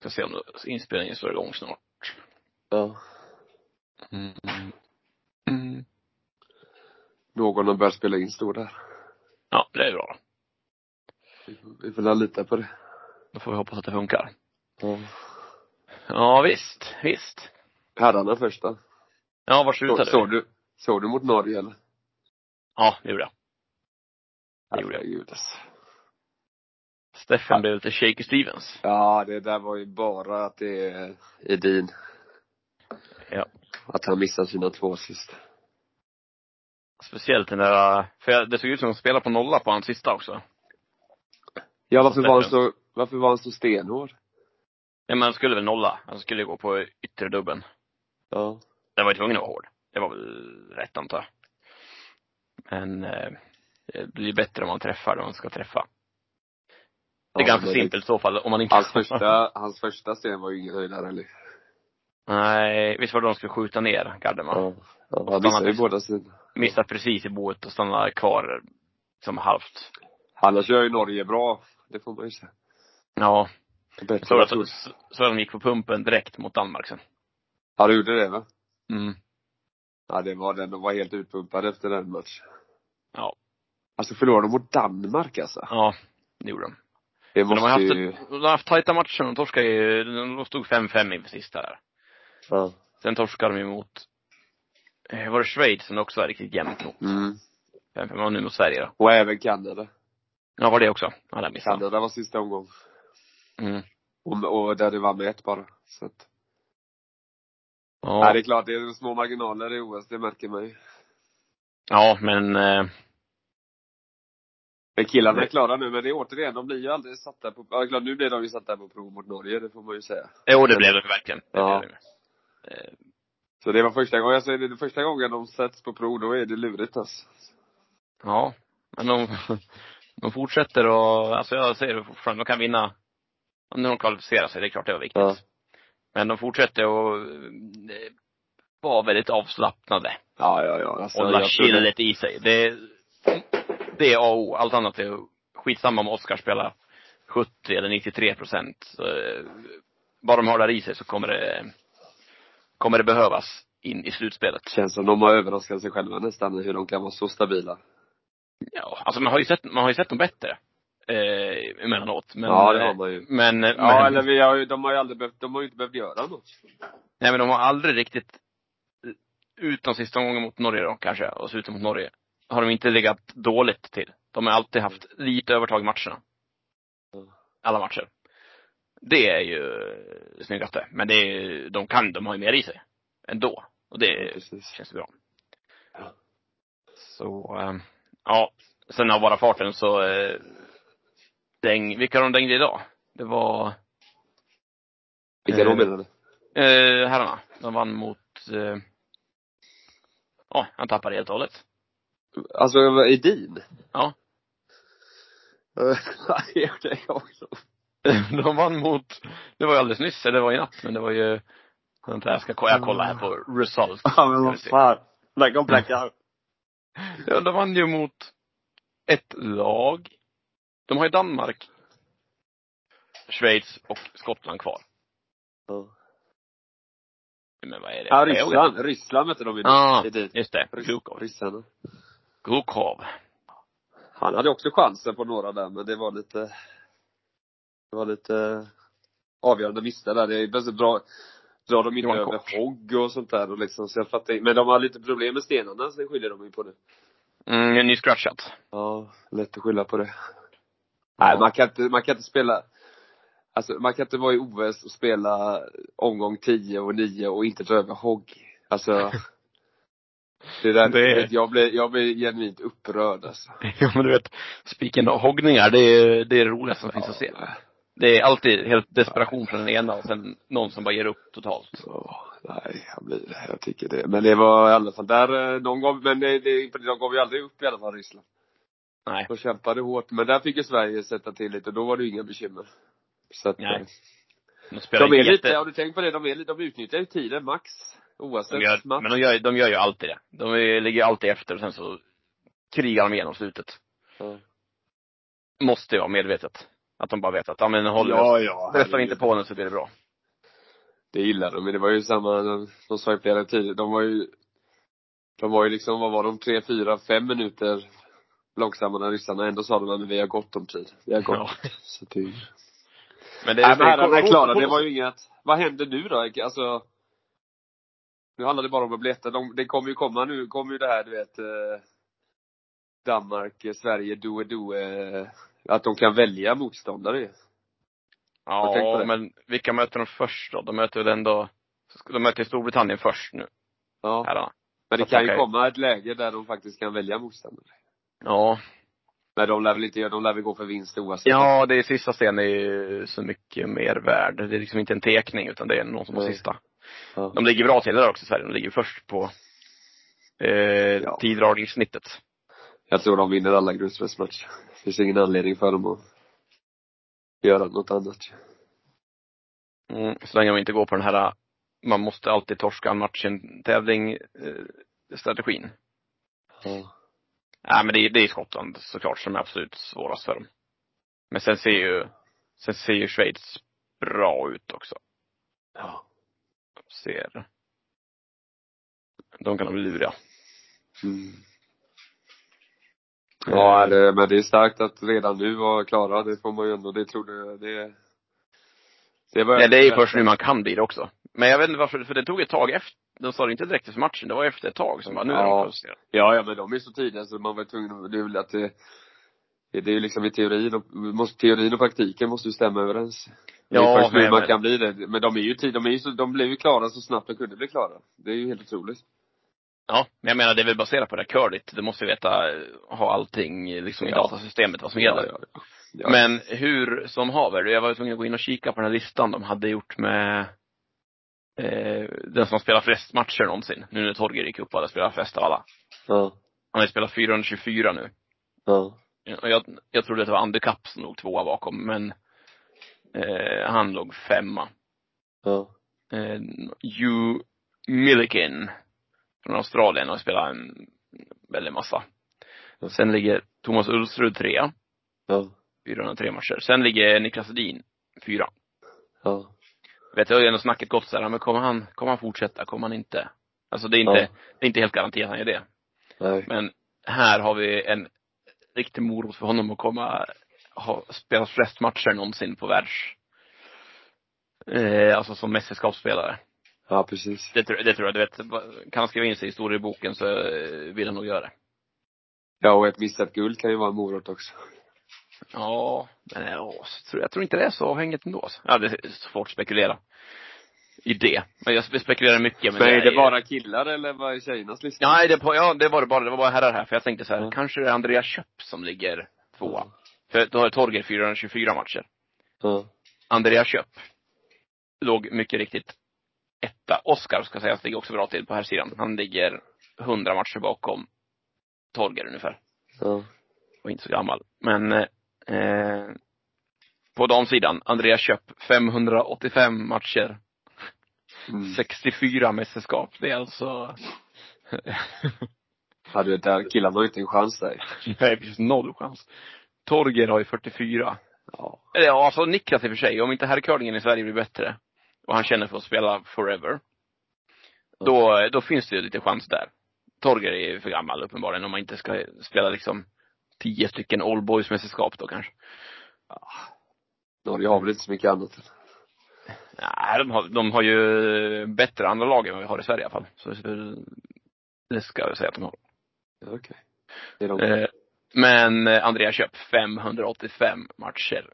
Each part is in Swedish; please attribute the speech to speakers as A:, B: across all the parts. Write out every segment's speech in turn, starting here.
A: Ska se om inspelningen står igång snart.
B: Ja.
A: Mm. Mm.
B: Någon har börjat spela in står där.
A: Ja, det är bra.
B: Vi får- Vi får väl lita på det.
A: Då får vi hoppas att det funkar.
B: Ja.
A: Ja, visst, visst.
B: Herrarna först då.
A: Ja, varsågod
B: Så,
A: tar
B: såg
A: du.
B: du, såg du mot Norge eller?
A: Ja, det gjorde jag. Det gjorde jag.
B: Herregud alltså.
A: Steffen blev lite shaky Stevens.
B: Ja, det där var ju bara att det är Edin.
A: Ja.
B: Att han missar sina två assist.
A: Speciellt den där, för jag- det såg ut som att han spelade på nolla på hans sista också.
B: Ja, varför var han så, varför var han så stenhård?
A: Ja, men han skulle väl nolla. Han skulle gå på yttre dubben.
B: Ja.
A: Den var ju tvungen att vara hård. Det var väl rätt antar jag. Men eh, det blir bättre om man träffar det man ska träffa. Det är
B: Ja,
A: ganska
B: men
A: simpelt i så fall om man inte
B: Hans första, hans första sten var ju ingen höjdare eller?
A: Nej, visst var det de skulle skjuta ner garden va?
B: Ja. ja han
A: han
B: missade ju
A: hade-
B: båda sina.
A: Missar precis i boet och stannar kvar som halvt.
B: Annars gör ju Norge bra. Det får man ju säga.
A: Ja.
B: Bättre
A: Så
B: än
A: att,
B: jag
A: så,
B: trodde.
A: så att de gick på pumpen direkt mot Danmark sen.
B: Ja, du gjorde det va?
A: Mm.
B: Ja, det var den. De var helt utpumpade efter den matchen.
A: Ja.
B: Alltså förlorade de mot Danmark alltså?
A: Ja, det gjorde de.
B: Det
A: Men de
B: måste
A: har haft,
B: ju...
A: ett, de har haft tajta matcher. De torskade ju, de stod 5-5 inför sista där.
B: Ja.
A: Sen torskade de ju mot, eh, var det Schweiz som det också var riktigt jämnt mot?
B: Mm.
A: 5-5 var nu mot Sverige då.
B: Och även Kanada.
A: Ja, var det också? Ja, det missade jag.
B: Kanada var sista omgången.
A: mm.
B: Och, och där det var med ett bara. Så att, Nej, det
A: ja,
B: är klart, det är små marginaler i OS, det märker man ju.
A: ja, men eh,
B: Men killarna är
A: Nej.
B: klara nu, men det är återigen, de blir ju aldrig satta på, ja, klart, nu blir de ju satta på prov mot Norge, det får man ju säga.
A: jo det blev det verkligen. Det
B: Ja.
A: blev det. Eh,
B: Så det var första gången, jag säger det, det är första gången de sätts på prov, då är det lurigt alltså.
A: Ja, men de, de fortsätter och, alltså jag säger det fortfarande, de kan vinna. Om de kvalificerar sig, det är klart det var viktigt.
B: Ja.
A: Men de fortsätter och eh, vara väldigt avslappnade.
B: Ja, ja, ja. Alltså,
A: Och hålla
B: jag tror det-
A: chillet i sig. Det, det är A och O. Allt annat är skitsamma om Oscar spelar 70 eller 93 procent. Eh, Bara de har det här i sig så kommer det, kommer det behövas in i slutspelet.
B: Känns som de har överraskat sig själva nästan hur de kan vara så stabila.
A: Ja, alltså man har ju sett, man har ju sett dem bättre. Eh, emellanåt. Men, eh,
B: ja, det har man ju.
A: Men,
B: Ja,
A: men,
B: eller vi har ju, de har ju aldrig behövt, de har ju inte behövt göra något.
A: nej men de har aldrig riktigt, utom sista gången mot Norge då kanske, och sluten mot Norge, har de inte legat dåligt till. De har alltid haft lite övertag i matcherna.
B: Mm.
A: Alla matcher. Det är ju det snyggaste. Men det är ju, de kan, de har ju mer i sig. Ändå. Och det
B: Precis.
A: känns bra.
B: Ja.
A: Så, eh, ja. Sen av bara farten så, eh, däng, vilka de dängde idag? Det var
B: Vilka de
A: Eh,
B: menar du?
A: eh, herrarna. De vann mot, eh, ja, han tappade helt och hållet.
B: Alltså, Edin?
A: Ja.
B: Eh, det gjorde jag också.
A: de vann mot, det var ju alldeles nyss, eller det var i natt, men det var ju, vänta jag ska kolla, jag kollar här på result.
B: Ja, men
A: vad
B: fan. Lägg om blackout.
A: Ja, de vann ju mot ett lag. De har ju Danmark, Schweiz och Skottland kvar. Men vad är det?
B: Ja, Ryssland. Ryssland mötte de ju.
A: Ja,
B: Edin.
A: just det.
B: Rys-
A: Glukov.
B: Ryssarna.
A: Glukov.
B: Han hade också chansen på några där, men det var lite, det var lite avgörande missar där. Det är plötsligt drar, drar de inte
A: Det var en
B: över
A: kort.
B: hogg och sånt där och liksom, så jag fattar inte. Men de har lite problem med stenarna, så det skyller de ju på nu.
A: Mm, nyscratchat.
B: Ja, lätt att skylla på det.
A: Ja.
B: Nej, man kan inte, man kan inte spela, alltså man kan inte vara i OS och spela omgång 10 och 9 och inte dra över hogg. Alltså, det är där,
A: Det-
B: vet, jag blir, jag blir genuint upprörd alltså.
A: Ja men du vet, spiken och hoggningar, det är det, är det roligaste som finns att se. Det är alltid helt desperation från den ena och sen någon som bara ger upp totalt.
B: Ja, nej, jag blir, jag tycker det. Men det var i alla fall där, eh, de gav, men det, det, de gav ju aldrig upp i alla fall Ryssland.
A: Nej.
B: De kämpade hårt, men där fick ju Sverige sätta till lite och då var det ju inga bekymmer. Så att,
A: Nej.
B: eh,
A: De spelar
B: de är
A: jätte-
B: lite, har du tänkt på det, de är lite, de utnyttjar ju tiden max. Oavsett
A: de gör,
B: match.
A: men de gör, de gör ju alltid det. De är, ligger ju alltid efter och sen så krigar de igenom slutet.
B: Ja.
A: Måste ju vara medvetet. Att de bara vet att, ja men Hollywood,
B: Ja, ja.
A: pressar vi inte på nu så blir det bra.
B: Det gillar de, men det var ju samma, de, de sa ju flera tidigare, de var ju, de var ju liksom, vad var de, tre, fyra, fem minuter långsammare än ryssarna. Ändå sa de att vi har gott om tid. Vi har gott
A: Ja.
B: Så det, Nej,
A: Men det
B: men herrarna är
A: Kol-
B: klara. Det
A: Kol-
B: var ju inget, vad händer nu då? Alltså, nu handlar det bara om att bli etta. De, det kommer ju komma nu, kommer ju det här du vet, eh, Danmark, eh, Sverige, doe doe, att de kan välja motståndare ju. Jag tänkte på
A: Ja,
B: det.
A: men vilka möter de först då? De möter väl ändå, de möter Storbritannien först nu,
B: Ja.
A: herrarna.
B: Men
A: Så
B: det
A: att
B: kan ju
A: okej.
B: komma ett läge där de faktiskt kan välja motståndare.
A: Ja.
B: Nej, de lär väl inte göra, de lär väl gå för vinst oavsett.
A: Ja, det är sista scenen är ju så mycket mer värd. Det är liksom inte en tekning utan det är någon som har
B: Nej.
A: sista.
B: Ja.
A: De ligger bra till där också Sverige. De ligger först på eh,
B: Ja.
A: tiddragningssnittet.
B: Jag tror de vinner alla grundspelsmatcher. Det finns ingen anledning för dem att göra något annat.
A: Mm, så länge de inte går på den här, man måste alltid torska matchen tävling eh, strategin.
B: Ja.
A: Nej men det är, det är Skottland såklart som är absolut svårast för dem. Men sen ser ju, sen ser ju Schweiz bra ut också.
B: Ja.
A: Ser. De kan de lura.
B: Mm. Ja, det, men det är starkt att redan nu vara klara. Det får man ju ändå, det trodde det, det börjar
A: Nej, det är ju först nu man kan bli det också. Men jag vet inte varför, för det tog ett tag efter, de sa det inte direkt efter matchen, det var efter ett tag som bara, nu är
B: Ja.
A: de kvalificerade.
B: Ja, ja men de är så tidiga så man var tvungen att, det är väl att det, det är ju liksom i teorin och, måste, teorin och praktiken måste ju stämma överens. Det är
A: Ja,
B: först nu
A: men-
B: man kan bli det. Men de är ju tid, de är ju så, de blev ju klara så snabbt de kunde bli klara. Det är ju helt otroligt.
A: Ja, men jag menar det är väl baserat på det här curligt, du måste ju veta, eh, ha allting eh, liksom i
B: Ja.
A: datasystemet vad som gäller.
B: Ja, ja, ja. Men,
A: Men hur som haver, jag var tvungen att gå in och kika på den här listan de hade gjort med eh, den som har spelat flest matcher någonsin, nu när Torger gick upp och hade spelat flest av alla.
B: ja,
A: Han har ju spelat 424 nu.
B: ja.
A: Och jag, jag trodde att det var Undercup som låg tvåa bakom, men eh, han låg femma.
B: ja.
A: eh, Hugh Milliken från Australien och spelar en väldig massa. Sen ligger Thomas Ulsrud trea,
B: ja.
A: 403 matcher. Sen ligger Niklas Edin fyra.
B: ja.
A: Vet jag, har ju ändå snacket gått så här, men kommer han, kommer han fortsätta, kommer han inte? Alltså det är inte, det är inte helt garanterat han gör det.
B: Nej.
A: Men här har vi en riktig morot för honom att komma, ha, spela flest matcher någonsin på världs, eh, alltså som mästerskapsspelare.
B: Ja, precis.
A: Det, tror- det tror jag. Du vet, kan han skriva in sig i historieboken så eh, vill han nog göra det.
B: Ja, och ett missat guld kan ju vara en morot också.
A: Ja, men eh, ja, så tror jag, jag tror inte det är så avhängigt ändå. alltså. Ja, det är svårt att spekulera i det. Men jag spekulerar mycket. Men
B: Men är
A: är
B: det
A: ju-
B: bara killar eller vad är tjejernas lista?
A: Nej, det, på, ja, det var det bara. Det var bara herrar här. För jag tänkte så här,
B: Ja.
A: kanske det är Andreas Köpp som ligger tvåa. För då har Torger 424 matcher.
B: Ja.
A: Andreas Köpp låg mycket riktigt etta. Oskar ska sägas ligger också bra till på här sidan. Han ligger 100 matcher bakom Torger ungefär.
B: Ja.
A: och inte så gammal. Men eh, eh, på damsidan, Andreas Köpp, 585 matcher,
B: Mm.
A: 64 mästerskap. Det är alltså,
B: Ja, du vet, där killarna har ju inte en chans där.
A: nej precis noll chans. Torger har ju 44.
B: Ja.
A: Eller ja, alltså Niklas i och för sig, om inte herrcurlingen i Sverige blir bättre och han känner för att spela forever, då, då finns det ju lite chans där. Torger är ju för gammal uppenbarligen om man inte ska spela liksom 10 stycken all boys mästerskap då kanske.
B: Norge har väl inte så mycket annat.
A: Nej, de har, de har ju bättre andra lag än vad vi har i Sverige i alla fall. Så så- det ska jag säga att de har.
B: Ja, Okej. Det är de.
A: Eh, Men eh, Andrea Köp, 585 matcher,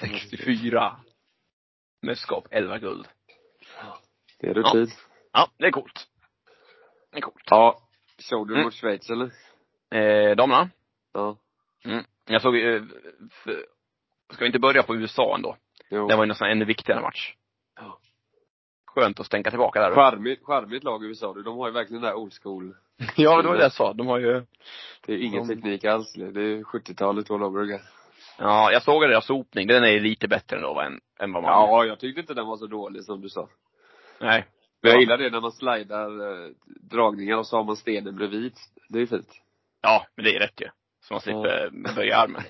A: 64 mästerskap, 11 guld.
B: Det är
A: Ja.
B: rutin.
A: Ja, det är coolt. Det är coolt.
B: Ja. Såg du
A: Mm.
B: mot Schweiz eller?
A: Eh, damerna,
B: Ja.
A: jag såg eh, f- ska vi inte börja på USA ändå?
B: Jo.
A: Det var ju nästan ännu viktigare match.
B: Ja.
A: Skönt att stänka tillbaka där.
B: Charmigt, charmigt lag USA du. De har ju verkligen den där old school.
A: Ja, det var ju det jag sa. De har ju
B: Det är ingen
A: De-
B: teknik alls. Det är 70-talet all over again.
A: Ja, jag såg deras sopning. Den är lite bättre ändå än, än vad man...
B: Ja, jag tyckte inte den var så dålig som du sa.
A: Nej.
B: Men
A: Ja.
B: jag gillar det när man slidar eh, dragningar och så har man stenen bredvid. Det är ju fint.
A: Ja, men det är rätt ju. Så man slipper böja armen.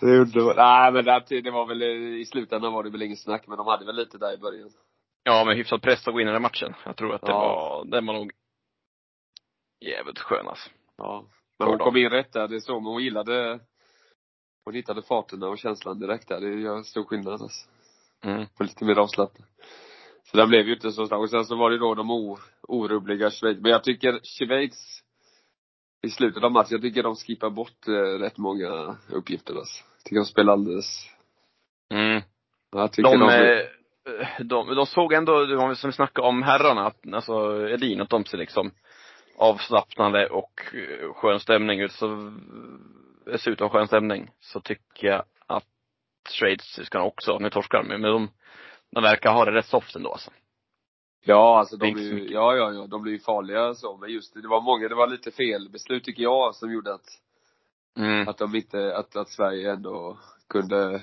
B: Det är underbart. Nej men det, det var väl, eh, i slutändan var det väl inget snack, men de hade väl lite där i början.
A: Ja, men hyfsad press att gå in i den här matchen. Jag tror att det
B: Ja.
A: var, den var nog jävligt skön alltså.
B: Ja. Men hon kom in rätt där, det är så, men hon gillade, hon hittade farterna och känslan direkt där. Det gör stor skillnad alltså.
A: Mm.
B: Och lite mer avslappnad. Så den blev ju inte så stark. Och sen så var det då de o, orubbliga Schweiz. Men jag tycker Schweiz, i slutet av matchen, jag tycker de skippar bort eh, rätt många uppgifter alltså. Jag tycker de spelar alldeles,
A: Mm.
B: jag tycker
A: De,
B: de, de
A: eh, de, de såg ändå, det var som vi snackade om herrarna, att, alltså Elin och de ser liksom avslappnade och eh, skön stämning ut. Så, eh, dessutom skön stämning, så tycker jag att Schweiziskarna också, nu torskar de ju, men de, de verkar ha det rätt soft ändå alltså.
B: Ja, alltså de
A: Tänk
B: blir,
A: så
B: ju-
A: mycket.
B: ja, ja, ja, de blir ju farliga så. Men just det, det var många, det var lite felbeslut tycker jag som gjorde att,
A: Mm.
B: att de inte, att, att Sverige ändå kunde,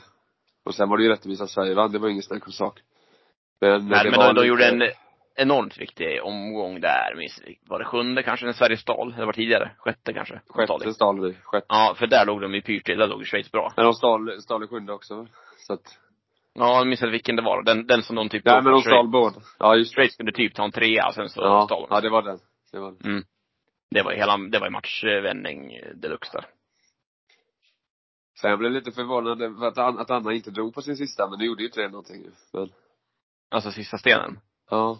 B: och sen var det ju rättvist att Sverige vann, det var ingen snack om sak. Men,
A: Nej,
B: det
A: men
B: var
A: de, de
B: lite-
A: gjorde en enormt viktig omgång där, minns vi. Var det sjunde kanske, när Sverige stal? Det var tidigare, sjätte kanske?
B: Sjätte stal vi, sjätte.
A: Ja, för där låg de ju pyrt till, där låg ju Schweiz bra.
B: Men de stal, stal i sjunde också väl? Så att,
A: Ja, jag minns inte vilken det var. Den, den som de typ...
B: nej men de stal
A: Schweiz,
B: båda. Ja, just det.
A: Schweiz kunde typ ta en trea, och sen så
B: Ja,
A: stal de.
B: ja, det var den. Det var den.
A: Det var ju hela, det var ju matchvändning eh, deluxe där.
B: Sen blev jag lite förvånad över att, Ann- att Anna inte drog på sin sista, men det gjorde ju inte det någonting ju. Men,
A: Alltså sista stenen.
B: ja.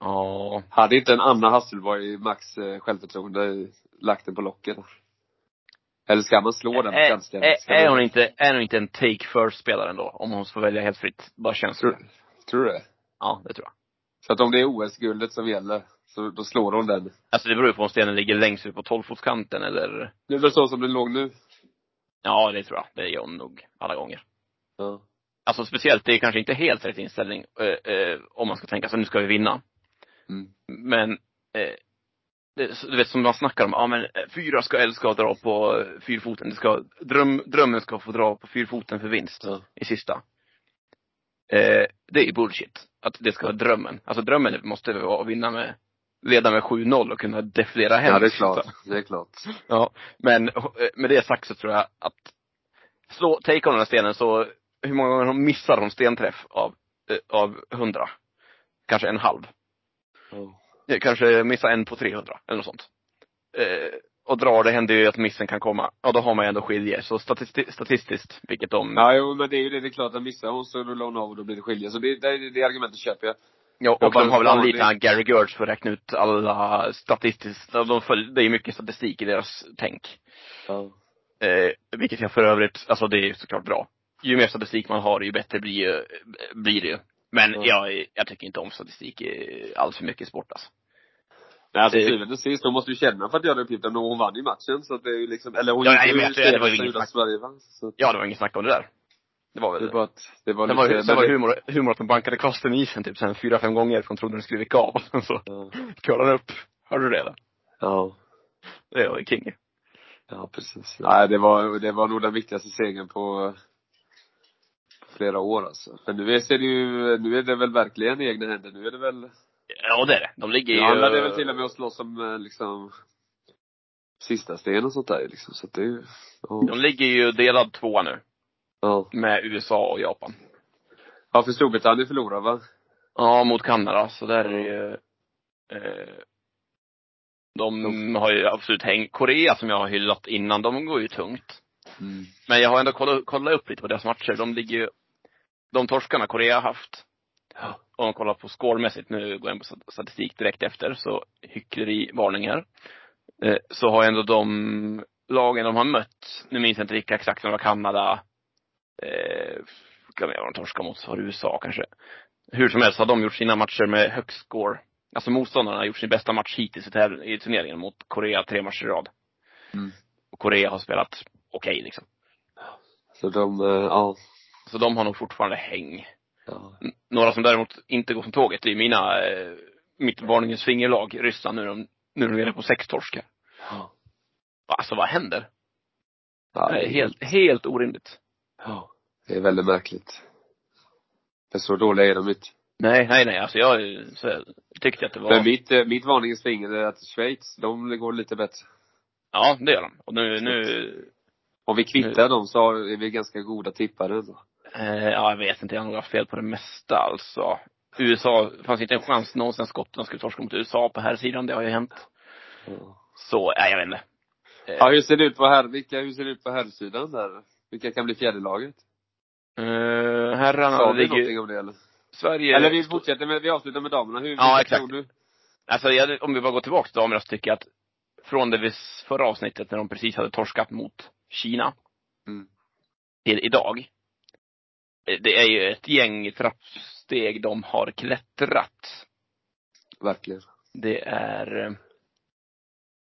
A: Ja.
B: Hade inte en Anna Hasselborg Max eh, självförtroende lagt den på locket? Eller ska man slå den
A: Är,
B: svenska?
A: är,
B: Ska man-
A: Eh, är hon inte, är hon inte en take first-spelare ändå? Om hon får välja helt fritt. Bara känns det.
B: Tror, tror du det?
A: Ja, det tror jag.
B: Så att om det är OS-guldet som gäller, så då slår hon den.
A: Alltså det beror ju på om stenen ligger längst ut på tolvfotskanten eller
B: Det är väl så som den låg nu?
A: Ja, det tror jag. Det gör hon nog alla gånger.
B: Ja.
A: Alltså speciellt, det är kanske inte helt rätt inställning eh, eh, om man ska tänka så nu ska vi vinna.
B: Mm.
A: Men, eh, det, så- du vet som man snackar om, ja men eh, fyra ska, eller ska dra på eh, fyrfoten. Det ska, dröm, drömmen ska få dra på fyrfoten för vinst
B: Ja.
A: i sista. Eh, det är ju bullshit. Att det ska vara drömmen. Alltså drömmen måste väl vara att vinna med, leda med 7-0 och kunna defilera hem.
B: ja, det är klart. Det är klart.
A: Ja, men eh, med det sagt så tror jag att slå, take on den här stenen så, hur många gånger hon missar hon stenträff av, eh, av hundra? Kanske en halv.
B: Ja.
A: Eh, Kanske missar en på 300 eller något sånt. Eh, och drar, det händer ju att missen kan komma. Ja, då har man ju ändå skilje. Så statisti- statistiskt, vilket de,
B: ja, jo, men det är ju det. Det är klart, att missar hon så rullar hon av och då blir det skilje. Så det, det, det argumentet köper jag.
A: ja,
B: och
A: och de
B: de-
A: har väl
B: de-
A: anlitat Gary Gertz för att räkna ut alla statistiskt, de följer, det är ju mycket statistik i deras tänk.
B: Ja.
A: Eh, vilket jag för övrigt, alltså det är ju såklart bra. Ju mer statistik man har, ju bättre blir, ju, blir det ju. Men
B: Ja.
A: jag, jag tycker inte om statistik eh, alls för mycket i sport alltså.
B: Nej, alltså
A: Det-
B: till syvende och sist, hon måste ju känna för att göra uppgiften. och Hon vann ju matchen, så att det är ju liksom, eller hon
A: Ja,
B: gjorde
A: nej, men jag tror- det var ju
B: så
A: inget
B: gjorde
A: snack.
B: Sverige vann. Så att
A: Ja, det var inget snack om det där. Det var väl
B: det
A: det.
B: var att, det var
A: Sen var,
B: lite,
A: sen
B: men
A: var
B: det-
A: humor, humor att de bankade fast den i isen typ sen fyra, fem gånger för de trodde den skulle vika av. Och sen så
B: Ja.
A: curlade den upp. Hörde du det? Där?
B: Ja,
A: Det var ju king.
B: ja precis. Nej, det var, det var nog den viktigaste segern på flera år alltså. Men nu är, ser det ju, nu är det väl verkligen i egna händer. Nu är det väl,
A: Ja, det är det. De ligger
B: nu
A: ju...
B: handlar det väl till och med att slåss om eh, liksom sista sten och sånt där liksom. Så att det är ju,
A: De
B: ja.
A: ligger ju delad tvåa nu.
B: ja.
A: Med USA och Japan.
B: Ja, för Storbritannien förlorar va?
A: Ja, mot Kanada. Så där är det ju... Eh, de har ju absolut hängt. Korea som jag har hyllat innan, de går ju tungt.
B: Mm.
A: Men jag har ändå kollat, kollat upp lite på deras matcher. De ligger ju... De torskarna Korea har haft,
B: Ja.
A: om man kollar på scoremässigt, nu går jag in på stat- statistik direkt efter, så hycklerivarningar. Eh, så har ändå de lagen de har mött, nu minns jag inte vilka exakt, men det var Kanada, eh, kan jag vara de torskade mot, så var det USA kanske. Hur som helst har de gjort sina matcher med högst score. Alltså motståndarna har gjort sin bästa match hittills i, tävling, i turneringen mot Korea tre matcher i rad.
B: Mm.
A: Och Korea har spelat okej liksom.
B: Så de, eh, ja.
A: Så de har nog fortfarande häng.
B: ja.
A: Några som däremot inte går som tåget, det är mina, eh, mitt varningens fingerlag, Ryssland, nu är de, nu är de nere på sex torskar.
B: Ja.
A: Alltså vad händer?
B: Ja,
A: det är helt, helt orimligt.
B: ja. Det är väldigt märkligt. För så dåliga är de inte.
A: Nej, nej, nej, alltså jag eh, så, jag tyckte att det var,
B: Men mitt, eh, mitt varningens finger är att Schweiz, de går lite bättre.
A: ja det gör de. Och nu, nu
B: Om vi kvittar dem så har- är vi ganska goda tippare ändå.
A: Eh, ja, jag vet inte. Jag har nog haft fel på det mesta alltså. USA, det fanns inte en chans någonsin Skottland skulle torska mot USA på här sidan. Det har ju hänt. Så, nej jag vet inte. Eh,
B: Ja, hur ser det ut på herr, vilka, hur ser det ut på herrsidan där? Vilka kan bli fjärdelaget?
A: eh, herrarna
B: Sa vi
A: ligger
B: någonting om det eller?
A: Sverige.
B: Eller vi fortsätter med, vi avslutar med damerna. Hur,
A: Ja,
B: vilka
A: exakt.
B: tror du?
A: Alltså jag, om vi bara går tillbaka till damerna så tycker jag att från det vi, s- förra avsnittet när de precis hade torskat mot Kina
B: Mm.
A: till idag. eh, Det är ju ett gäng trappsteg de har klättrat.
B: Verkligen.
A: Det är eh,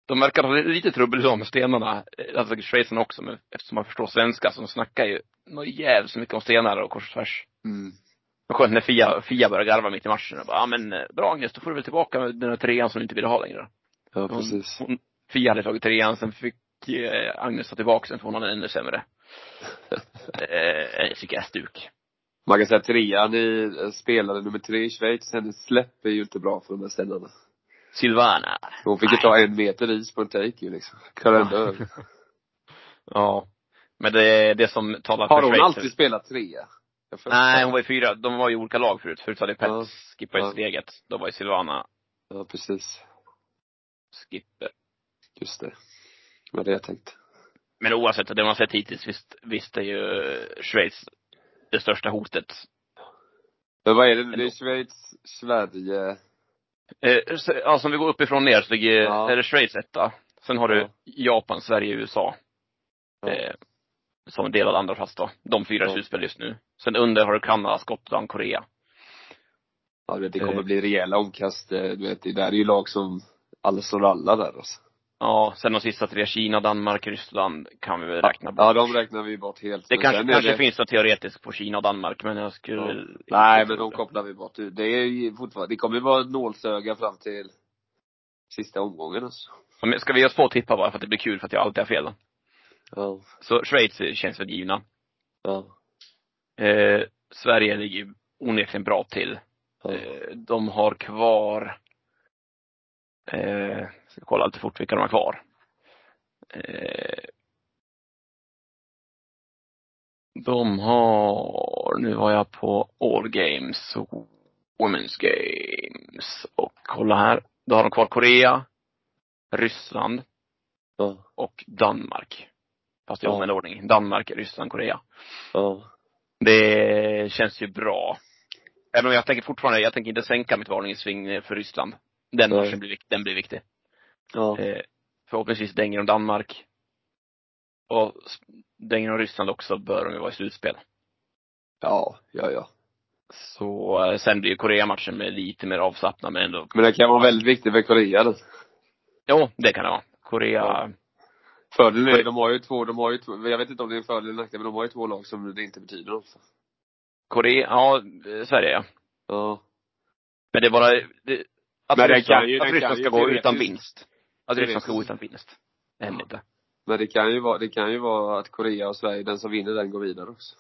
A: de verkar ha lite trubbel idag med stenarna, eh, alltså schweizarna också, men eftersom man förstår svenska så de snackar ju något jävligt mycket om stenar och kors och tvärs.
B: Mm.
A: Det var skönt när Fia, Fia började garva mitt i matchen och bara, ja men eh, bra Agnes, då får du väl tillbaka med den här trean som du inte ville ha längre.
B: Ja,
A: Hon-
B: precis.
A: Hon, Fia hade tagit trean, sen fick eh, Agnes ta tillbaka den för hon hade en ännu sämre. eh, jag tycker jag är stuk.
B: Man kan säga trean i, eh, spelare nummer tre i Schweiz, hennes släpp är ju inte bra för de här stenarna.
A: Silvana.
B: Hon fick ju ta en meter is på en take ju liksom. Klarar ändå över.
A: Ja. Men det, det som talar
B: Har
A: för
B: hon
A: Schweiz-
B: alltid spelat trea? Jag får-
A: Nej, hon var ju fyra. De var ju olika lag förut. Förut hade Pets
B: Ja.
A: skippat
B: Ja.
A: ja. steget. Då var ju Silvana
B: Ja, precis.
A: skipper.
B: Just det. Det var det jag tänkte.
A: Men oavsett, det man har sett hittills, visst, visst är ju Schweiz det största hotet.
B: Men vad är det? Det är Schweiz, Sverige.
A: Eh, så- ja, som vi går uppifrån ner så ligger,
B: Ja.
A: är det Schweiz etta. Sen har du
B: Ja.
A: Japan, Sverige, USA.
B: Ja.
A: Eh, som delad andra plats då. De fyra
B: Ja.
A: ja. slutspel just nu. Sen under har du Kanada, Skottland, Korea.
B: Ja, det
A: Eh.
B: det kommer bli rejäla omkast. eh, Du vet, det där är ju lag som alla slår alla där alltså.
A: Ja, sen de sista tre, Kina, Danmark, Ryssland kan vi väl räkna bort.
B: Ja, de räknar vi bort helt.
A: Det
B: Men
A: kanske,
B: sen är
A: kanske
B: det-
A: finns något teoretiskt på Kina och Danmark, men jag skulle...
B: Ja.
A: inte
B: Nej,
A: tro
B: men de
A: det.
B: kopplar vi bort. Det är ju fortfarande, det kommer ju vara nålsöga fram till sista omgången alltså.
A: Men Ska vi ge oss på att tippa bara för att det blir kul för att jag alltid har fel? då?
B: Ja.
A: Så Schweiz känns väl givna.
B: Ja.
A: Eh, Sverige ligger ju onekligen bra till.
B: ja.
A: Eh, de har kvar, eh, ska kolla lite fort vilka de har kvar. Eh, de har, nu var jag på All Games, Women's Games och kolla här. Då har de kvar Korea, Ryssland
B: Ja.
A: och Danmark. Fast i
B: Ja.
A: omvänd ordning. Danmark, Ryssland, Korea.
B: ja.
A: Det känns ju bra. Även om jag tänker fortfarande, jag tänker inte sänka mitt varningssving för Ryssland. Den
B: Nej.
A: matchen blir, vik- den blir viktig.
B: ja.
A: Eh, förhoppningsvis dänger de Danmark. Och s- dänger de Ryssland också bör de ju vara i slutspel.
B: ja. ja, ja.
A: Så eh, sen blir ju Korea-matchen med lite mer avslappnad men ändå.
B: Men det kan vara väldigt viktigt för Korea. alltså. den.
A: Jo, det kan det vara. Korea,
B: Ja. Fördelen är, de har ju två, de har ju två, jag vet inte om det är en fördel eller nackdel, men de har ju två lag som det inte betyder något för.
A: Korea, ja, eh, Sverige ja.
B: Ja.
A: Men det är bara, det, att
B: Men den
A: Ryssland,
B: kan ju-
A: att
B: den
A: Ryssland
B: kan ju
A: ska gå
B: teoretiskt-
A: utan vinst. Att Ryssland
B: teoretiskt-
A: ska gå utan vinst. Det händer inte.
B: Men det kan ju vara, det kan ju vara att Korea och Sverige, den som vinner den går vidare också.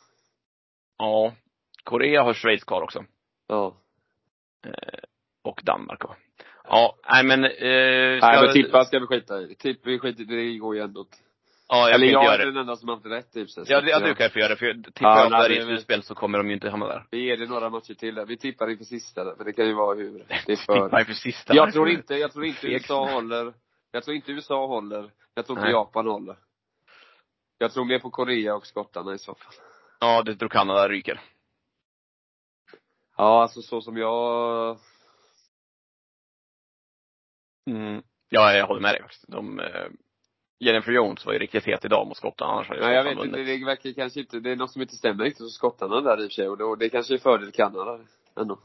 A: Ja. Korea har Schweiz kvar också.
B: Ja. Eh,
A: och Danmark va? Ja, nej men, eh, ska-
B: Nej men tippa ska vi skita i. Tipp, vi skiter i det, det går ju ändå inte.
A: Ja, jag
B: Eller
A: kan inte
B: jag är
A: göra det.
B: den enda som haft rätt i och för sig.
A: Ja, det, ja,
B: Så
A: du kan ju få göra det, för jag- tippar
B: Ja,
A: jag
B: nej,
A: där i
B: men-
A: slutspel så kommer de ju inte hamna där.
B: Vi ger det några matcher till där. Vi tippar inför sista där, för det kan ju vara hur. Det är
A: Tippar
B: för...
A: ju för sista.
B: Jag tror inte, jag tror inte
A: Fegt.
B: USA håller. Jag tror inte USA håller. Jag tror inte
A: Nej.
B: Japan håller. Jag tror mer på Korea och skottarna i så fall.
A: Ja, det tror Kanada ryker.
B: Ja, alltså så som jag...
A: Mm. Ja, jag håller med dig faktiskt. De, eh, Jennifer Jones var ju riktigt het idag mot Skottland, annars hade
B: Nej, jag
A: jag
B: vet
A: vunnit.
B: inte, det verkar kanske inte, det är något som inte stämmer riktigt hos skottarna där i och för sig. Och det, och det kanske är fördel Kanada ändå.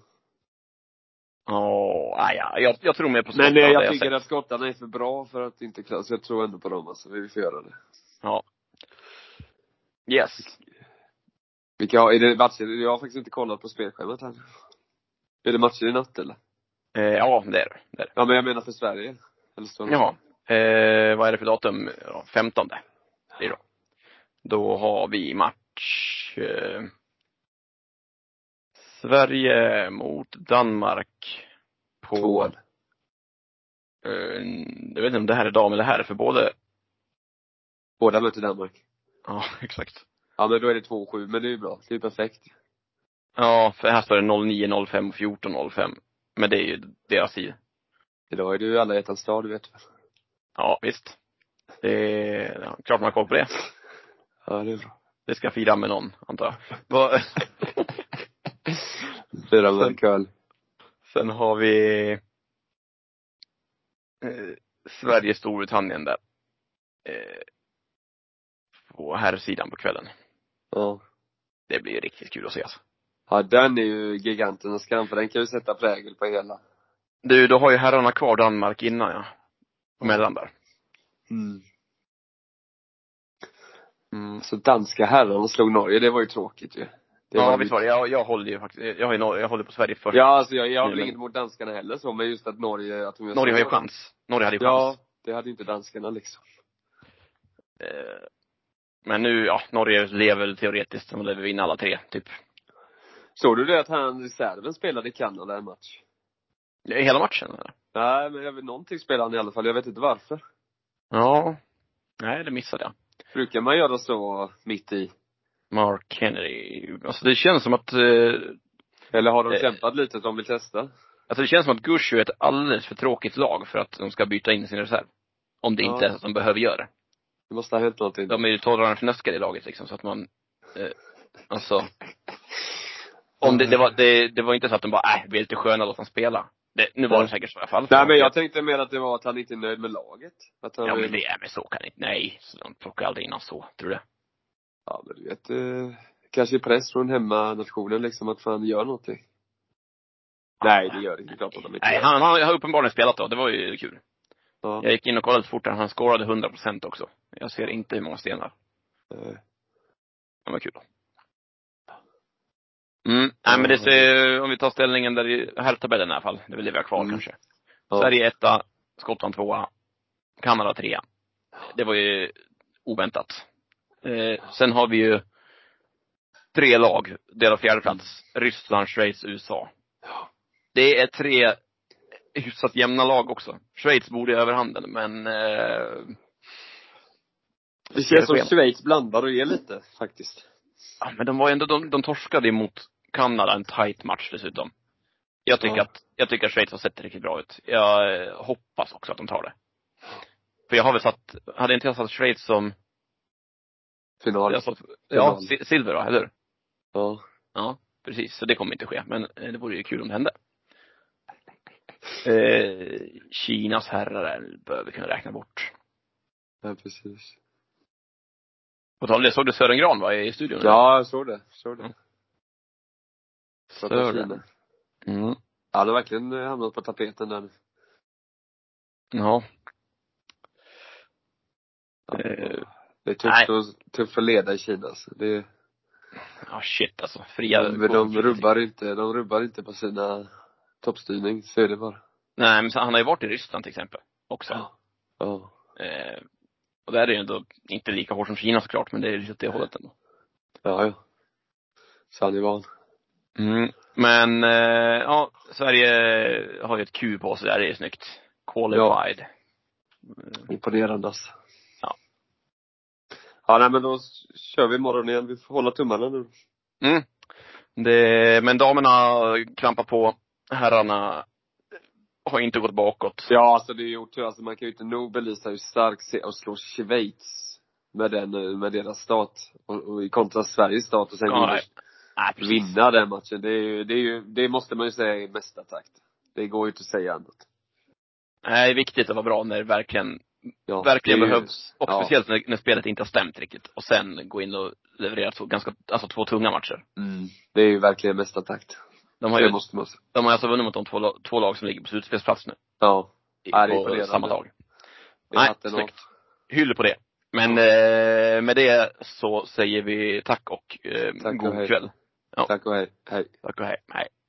A: Ja, nej, ja, jag, jag tror mer på
B: Men
A: Skottland.
B: eh,
A: det har
B: jag tycker
A: sett.
B: att skottarna är för bra för att inte klara så jag tror ändå på dem alltså. Vi får göra det.
A: Ja. Yes.
B: Vilka har, är det matcher? Jag har faktiskt inte kollat på spelschemat här. Är det matcher i natt eller?
A: Eh, ja, det är det. det, är det.
B: Ja men jag menar för Sverige. Eller så.
A: Jaha. Eh, vad är det för datum? Ja, 15. Det är då. Då har vi match eh, Sverige mot Danmark
B: Två.
A: på, eh, jag vet inte om det här är dag, men det här är för både,
B: Båda möter Danmark.
A: Ja, exakt.
B: Ja men då är det 2-7, men det är ju bra. Det är ju perfekt.
A: Ja, för här står det 09, 05 och 14, 05. Men det är ju deras tid.
B: Idag är det ju alla hjärtans dag, du vet.
A: Ja, visst. Det är ja, klart man har koll på det.
B: Ja, det är bra.
A: Det ska jag fira med någon, antar jag. Vad-
B: Fyra med curl.
A: Sen har vi eh, Sverige, Storbritannien där. Eh, på herrsidan på kvällen.
B: Ja.
A: Det blir ju riktigt kul att se alltså.
B: Ja, den är ju giganternas skam, för den kan ju sätta prägel på hela.
A: Du, då har ju herrarna kvar Danmark innan ja. Och mellan där.
B: Mm. Så danska herrarna slog Norge, det var ju tråkigt ju. Det
A: ja,
B: var
A: visst var det. Jag, jag håller ju faktiskt, jag, har ju Nor- jag håller på Sverige först.
B: Ja, alltså jag, jag har väl
A: Men-
B: inget emot danskarna heller så, men just att Norge, att de gör
A: Norge har ju
B: så.
A: chans. Norge hade ju
B: Ja,
A: chans.
B: det hade ju inte danskarna liksom.
A: Eh, Men nu, ja, Norge lever väl teoretiskt, de lever vinna alla tre, typ.
B: Såg du det att han, serven spelade i Kanada en match?
A: Det är Hela matchen eller?
B: Nej, men jag vet, någonting spelade han i alla fall, jag vet inte varför.
A: Ja. Nej, det missade jag.
B: Brukar man göra så mitt i?
A: Mark Kennedy. Alltså det känns som att, eh,
B: Eller har de
A: Eh.
B: kämpat lite, att de vill testa?
A: alltså det känns som att Gush är ett alldeles för tråkigt lag för att de ska byta in sin reserv. Om det
B: Ja.
A: inte är så att de behöver göra det.
B: Det måste ha hänt någonting.
A: De är ju tolvhundrafnöskare i laget liksom, så att man, eh, alltså. Om det, det var, det, det var inte så att de bara, äh, vi är lite sköna, låt dem spela. Det, nu var det
B: Nej.
A: säkert så i alla fall.
B: Nej men jag tänkte mer att det var att han inte är nöjd med laget. Att han
A: Ja men
B: vill-
A: det, är men så kan det inte, nej. Så de plockar aldrig in honom så, tror du det?
B: Ja men du vet, eh, kanske press från hemmanationen liksom, att fan gör någonting. Nej det gör det inte, klart att de inte
A: Nej,
B: gör.
A: han, han har uppenbarligen spelat då. Det var ju kul.
B: Ja.
A: Jag gick in och kollade lite fort. Han scorade 100% också. Jag ser inte hur många stenar.
B: Eh,
A: Det var kul. Mm. Nej, men det ser, om vi tar ställningen där i herrtabellen i alla fall. Det är väl det vi har kvar
B: Mm.
A: kanske.
B: Ja.
A: Sverige etta, Skottland tvåa, Kanada trea. Det var ju oväntat. Eh, sen har vi ju tre lag, delar fjärde plats. Ryssland, Schweiz, USA.
B: Ja.
A: Det är tre hyfsat jämna lag också. Schweiz borde i överhanden, men eh,
B: Det känns som
A: Sken.
B: Schweiz blandar och ger lite, faktiskt.
A: Ja, men de var ändå, de, de torskade emot Kanada en tight match dessutom. Jag tycker
B: Ja.
A: att, jag tycker att Schweiz har sett riktigt bra ut. Jag eh, hoppas också att de tar det. För jag har väl satt, hade inte jag satt Schweiz som,
B: Final.
A: jag
B: Ja.
A: satt, ja, si- silver då, eller hur?
B: ja.
A: Ja, precis. Så det kommer inte ske. Men eh, det vore ju kul om det hände. Eh, Kinas herrar där bör vi kunna räkna bort.
B: precis.
A: På tal om det, såg du Sören Gran var i studion?
B: Ja, jag såg det. Såg det. Pratar
A: Sören.
B: Kina.
A: Mm.
B: Ja, det har verkligen eh, hamnat på tapeten där nu.
A: Ja.
B: Ja.
A: Eh,
B: Det är
A: nej.
B: tufft, att, tufft att leda i Kina alltså. det, är-
A: Ja, shit alltså. Fria
B: men de rubbar inte, de rubbar inte på sina toppstyrning, så är det bara.
A: Nej, men så- han har ju varit i Ryssland till exempel också.
B: Ja.
A: Eh, och där är det ju ändå inte lika hårt som Kina såklart, men det är lite åt det hållet ändå.
B: Ja, ja. Så han är van.
A: Mm. Men, eh, ja, Sverige har ju ett Q på sig där, det är ju snyggt. Qualified.
B: Imponerande alltså.
A: Ja.
B: Ja, nej men då s- kör vi imorgon igen. Vi får hålla tummarna nu.
A: Mm. Det, men damerna klampar på. Herrarna har inte gått bakåt.
B: Ja, alltså det är ju otur. Alltså man kan ju inte nog belysa hur stark se- och slå Schweiz med den, eh, med deras stat. Och, och i kontra Sveriges stat och sen
A: Ja,
B: gå in
A: nej.
B: och
A: Nej, precis.
B: vinna den matchen. Det är ju, det är ju, det måste man ju säga är mästartakt. Det går ju inte att säga annat.
A: Nej, det är viktigt att vara bra när det verkligen,
B: Ja,
A: verkligen
B: det är ju-
A: behövs. Och
B: ja.
A: speciellt när, när spelet inte har stämt riktigt. Och sen gå in och leverera två, ganska, alltså två tunga matcher.
B: Mm, det är ju verkligen mästartakt.
A: De har ju
B: Det måste man säga.
A: De har alltså vunnit mot de två, la- två lag som ligger på slutspelsplats nu.
B: Ja.
A: I-
B: Ja, det är
A: på
B: imponerande.
A: samma lag.
B: det är
A: Nej,
B: hatten av.
A: snyggt. Hyll på det. Men eh, med det så säger vi tack och eh,
B: Tack och
A: god
B: hej.
A: kväll. Ja.
B: Tack och hej. Hej.
A: Tack och hej. hej.